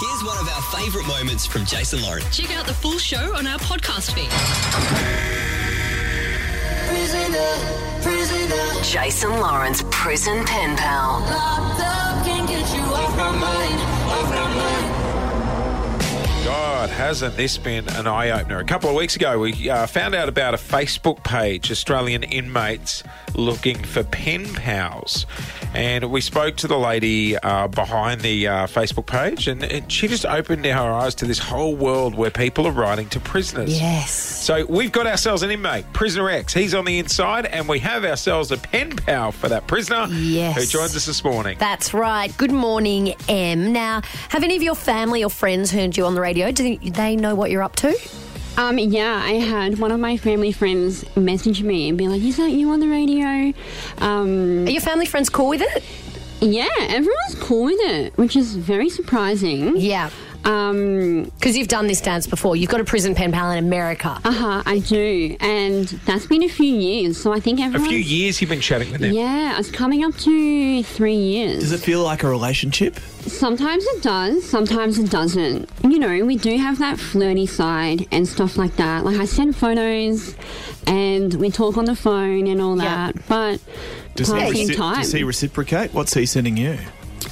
Here's one of our favourite moments from Jason Lauren. Check out the full show on our podcast feed. Prisoner, prisoner, Jason Lawrence Prison Pen Pal. locked up, can't get you off my mind, off my mind. God, hasn't this been an eye opener? A couple of weeks ago, we uh, found out about a Facebook page, Australian Inmates Looking for Pen Pals. And we spoke to the lady uh, behind the uh, Facebook page, and, and she just opened our eyes to this whole world where people are writing to prisoners. Yes. So we've got ourselves an inmate, Prisoner X. He's on the inside, and we have ourselves a pen pal for that prisoner Yes. who joins us this morning. That's right. Good morning, M. Now, have any of your family or friends heard you on the radio? Do they know what you're up to? Um, yeah, I had one of my family friends message me and be like, "Isn't you on the radio?" Um, Are your family friends cool with it? yeah, everyone's cool with it, which is very surprising. Yeah. Um, Because you've done this dance before. You've got a prison pen pal in America. uh huh, I do, and that's been a few years. So I think a everyone. few years you've been chatting with them. Yeah, it's coming up to three years. Does it feel like a relationship? Sometimes it does, sometimes it doesn't. You know, we do have that flirty side and stuff like that. Like I send photos and we talk on the phone and all Yeah. that, but Does, part of he the reci- time. does he reciprocate? What's he sending you?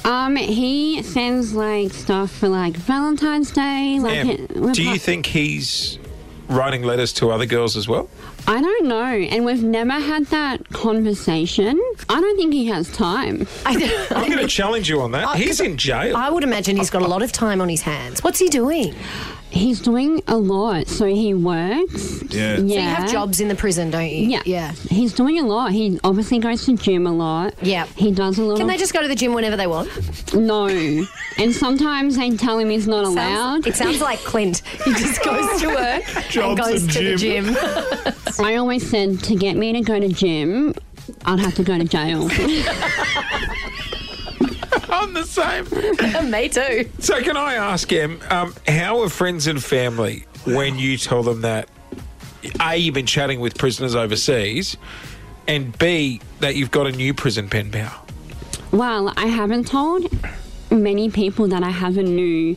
um he sends like stuff for like Valentine's Day, like Em, it- we're do you part- think he's writing letters to other girls as well? I don't know, and we've never had that conversation. I don't think he has time. I'm going to challenge you on that. he's in jail. I would imagine he's got a lot of time on his hands. What's he doing? He's doing a lot, so he works. Yeah. Yeah. You have jobs in the prison, don't you? Yeah. Yeah. He's doing a lot. He obviously goes to gym a lot. Yeah. He does a lot. Can of- they just go to the gym whenever they want? No. and sometimes they tell him he's not allowed. Sounds, it sounds like Clint. He just goes to work and Jobs goes and to the gym. I always said to get me to go to gym, I'd have to go to jail. I'm the same. Me too. So can I ask him, um, how are friends and family when you tell them that A, you've been chatting with prisoners overseas, and B, that you've got a new prison pen pal? well, I haven't told many people that I have a new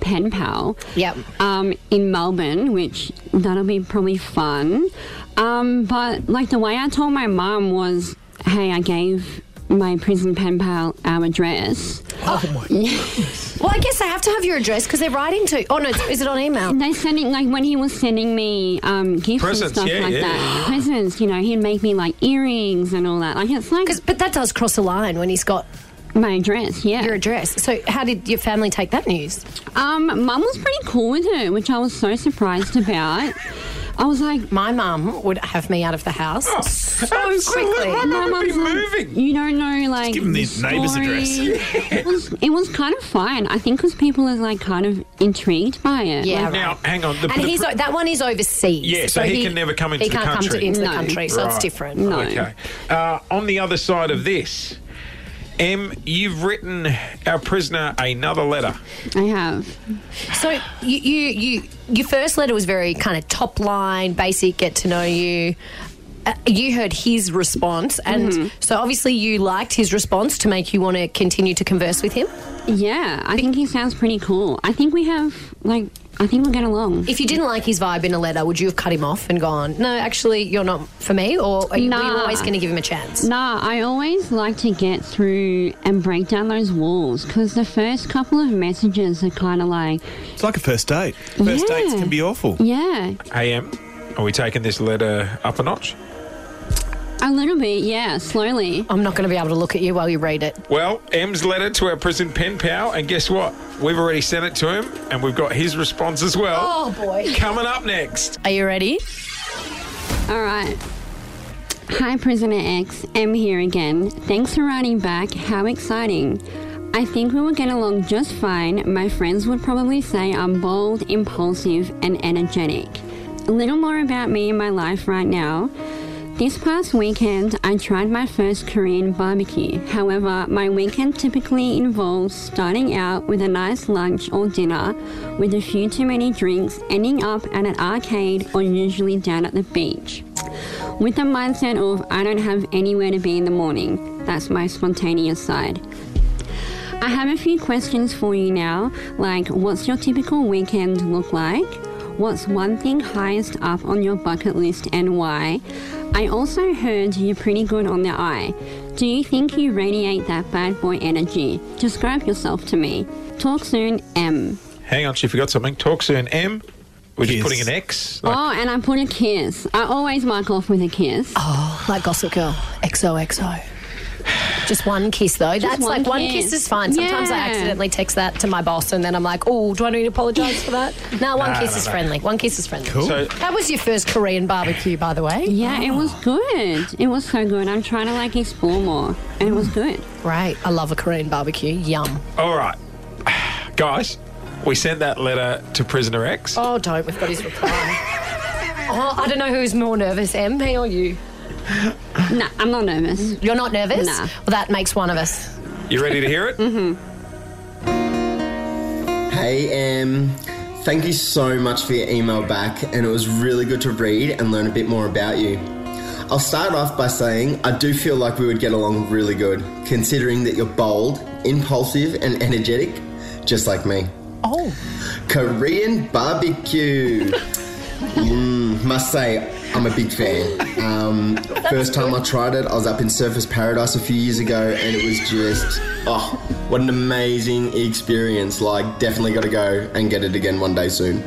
pen pal. Yep. um, in Melbourne, which that'll be probably fun. Um, but like the way I told my mum was, hey, I gave my prison pen pal our address. Well, I guess they have to have your address because they're writing to. Oh no, it's- is it on email? They sent it like when he was sending me um, gifts Presents, and stuff yeah, like yeah, that. Presents, you know, he'd make me like earrings and all that. Like it's like 'Cause- But that does cross the line when he's got my address, yeah. your address. So how did your family take that news? Um, mum was pretty cool with it, which I was so surprised about. I was like, My mum would have me out of the house so absolutely. quickly. My mum would be mum's like, moving. You don't know, like give 'em the neighbour's story." address. it, was, it was kind of fine. I think because people are like kind of intrigued by it. Yeah, Like, right. Now, hang on. The, And the- he's o- that one is overseas. Yeah, so he can never come into he the can't come country. to, into the No. country, so it's Right. different. No. Okay. Uh, on the other side of this, M, you've written our prisoner another letter. I have. So you, you, you, your first letter was very kind of top line, basic, get to know you. Uh, you heard his response, and so obviously you liked his response to make you want to continue to converse with him. Yeah, I think he sounds pretty cool. I think we have like I think we'll get along. If you didn't like his vibe in a letter, would you have cut him off and gone, no, actually, you're not for me? Or are you, were you Nah. always going to give him a chance? Nah, I always like to get through and break down those walls because the first couple of messages are kind of like, It's like a first date. First Yeah. dates can be awful. yeah, Hey, M, are we taking this letter up a notch? a little bit, yeah, slowly. I'm not going to be able to look at you while you read it. Well, M's letter to our prison pen pal, and guess what? We've already sent it to him, and we've got his response as well. Oh, boy. Coming up next. Are you ready? All right. Hi, Prisoner X. M here again. Thanks for writing back. How exciting. I think we will get along just fine. My friends would probably say I'm bold, impulsive, and energetic. A little more about me and my life right now. This past weekend, I tried my first Korean barbecue. However, my weekend typically involves starting out with a nice lunch or dinner, with a few too many drinks, ending up at an arcade or usually down at the beach. With the mindset of I don't have anywhere to be in the morning, that's my spontaneous side. I have a few questions for you now, like what's your typical weekend look like? What's one thing highest up on your bucket list and why? I also heard you're pretty good on the eye. Do you think you radiate that bad boy energy? Describe yourself to me. Talk soon, M. Hang on, she forgot something. Talk soon, M. We're just Yes. putting an X. Like, Oh, and I put a kiss. I always mark off with a kiss. Oh. Like Gossip Girl, XOXO. Just one kiss though. That's one like one kiss. kiss is fine. Sometimes I Yeah. accidentally text that to my boss, and then I'm like, "Oh, do I need to apologise for that?" No, one Nah, kiss nah, is nah. friendly. One kiss is friendly. Cool. So- that was your first Korean barbecue, by the way. Yeah, it was good. It was so good. I'm trying to like explore more, and it was good. Great. I love a Korean barbecue. Yum. All right, guys, we sent that letter to prisoner X. Oh, don't. We've got his reply. oh, I don't know who's more nervous, Em, me or you. Nah, I'm not nervous. You're not nervous? Nah. Well, that makes one of us. You ready to hear it? Mm-hmm. Hey, um, thank you so much for your email back, and it was really good to read and learn a bit more about you. I'll start off by saying I do feel like we would get along really good, considering that you're bold, impulsive, and energetic, just like me. Oh. Korean barbecue. Mm, must say, I'm a big fan. Um, first time I tried it, I was up in Surface Paradise a few years ago, and it was just, oh, what an amazing experience. Like, definitely got to go and get it again one day soon.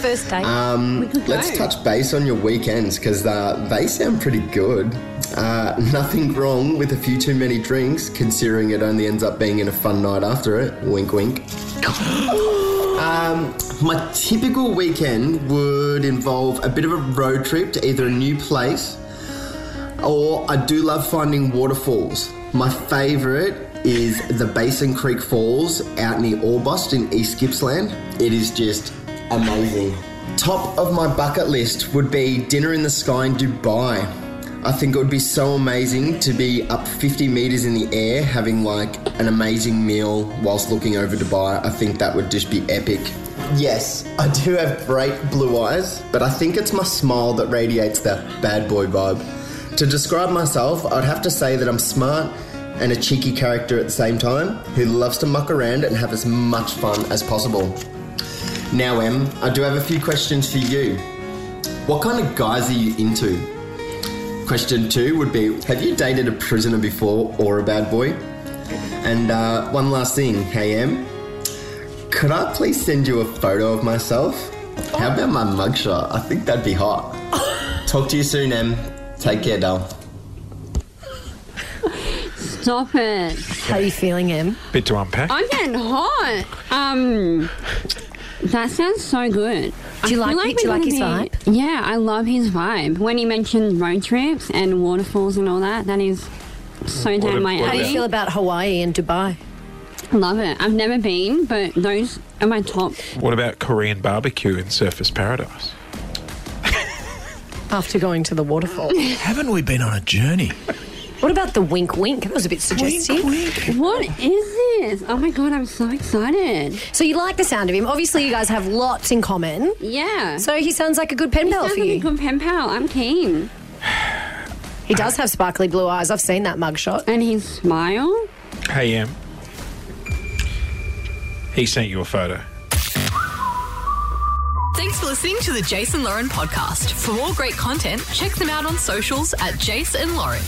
First date. Um, let's touch base on your weekends because uh, they sound pretty good. Uh, nothing wrong with a few too many drinks, considering it only ends up being in a fun night after it. Wink, wink. Um, my typical weekend would involve a bit of a road trip to either a new place or I do love finding waterfalls. My favourite is the Basin Creek Falls out near Orbost in East Gippsland. It is just amazing. Top of my bucket list would be dinner in the sky in Dubai. I think it would be so amazing to be up 50 metres in the air having like an amazing meal whilst looking over Dubai. I think that would just be epic. Yes, I do have great blue eyes, but I think it's my smile that radiates that bad boy vibe. To describe myself, I'd have to say that I'm smart and a cheeky character at the same time who loves to muck around and have as much fun as possible. Now, Em, I do have a few questions for you. What kind of guys are you into? Question two would be Have you dated a prisoner before or a bad boy? And uh, one last thing, hey, Em, could I please send you a photo of myself? How about my mugshot? I think that'd be hot. Talk to you soon, Em. Take care, doll. Stop it. How are you feeling, Em? Bit to unpack. I'm getting hot. Um, that sounds so good. Do you I like feel it? Do you we're like his gonna be- Yeah, I love his vibe. When he mentioned road trips and waterfalls and all that, that is so a- down my what a- How do you alley. feel about Hawaii and Dubai? Love it. I've never been, but those are my top. What about Korean barbecue in Surface Paradise? After going to the waterfall. Haven't we been on a journey? what about the wink wink? That was a bit suggestive. What is this? Oh my god, I'm so excited. So you like the sound of him. Obviously, you guys have lots in common. Yeah. So he sounds like a good pen pal Sounds for like a you. good pen pal. I'm keen. He does have sparkly blue eyes. I've seen that mugshot. And his smile. Hey, Em. He sent you a photo. Thanks for listening to the Jason Lauren podcast. For more great content, check them out on socials at Jason Lauren.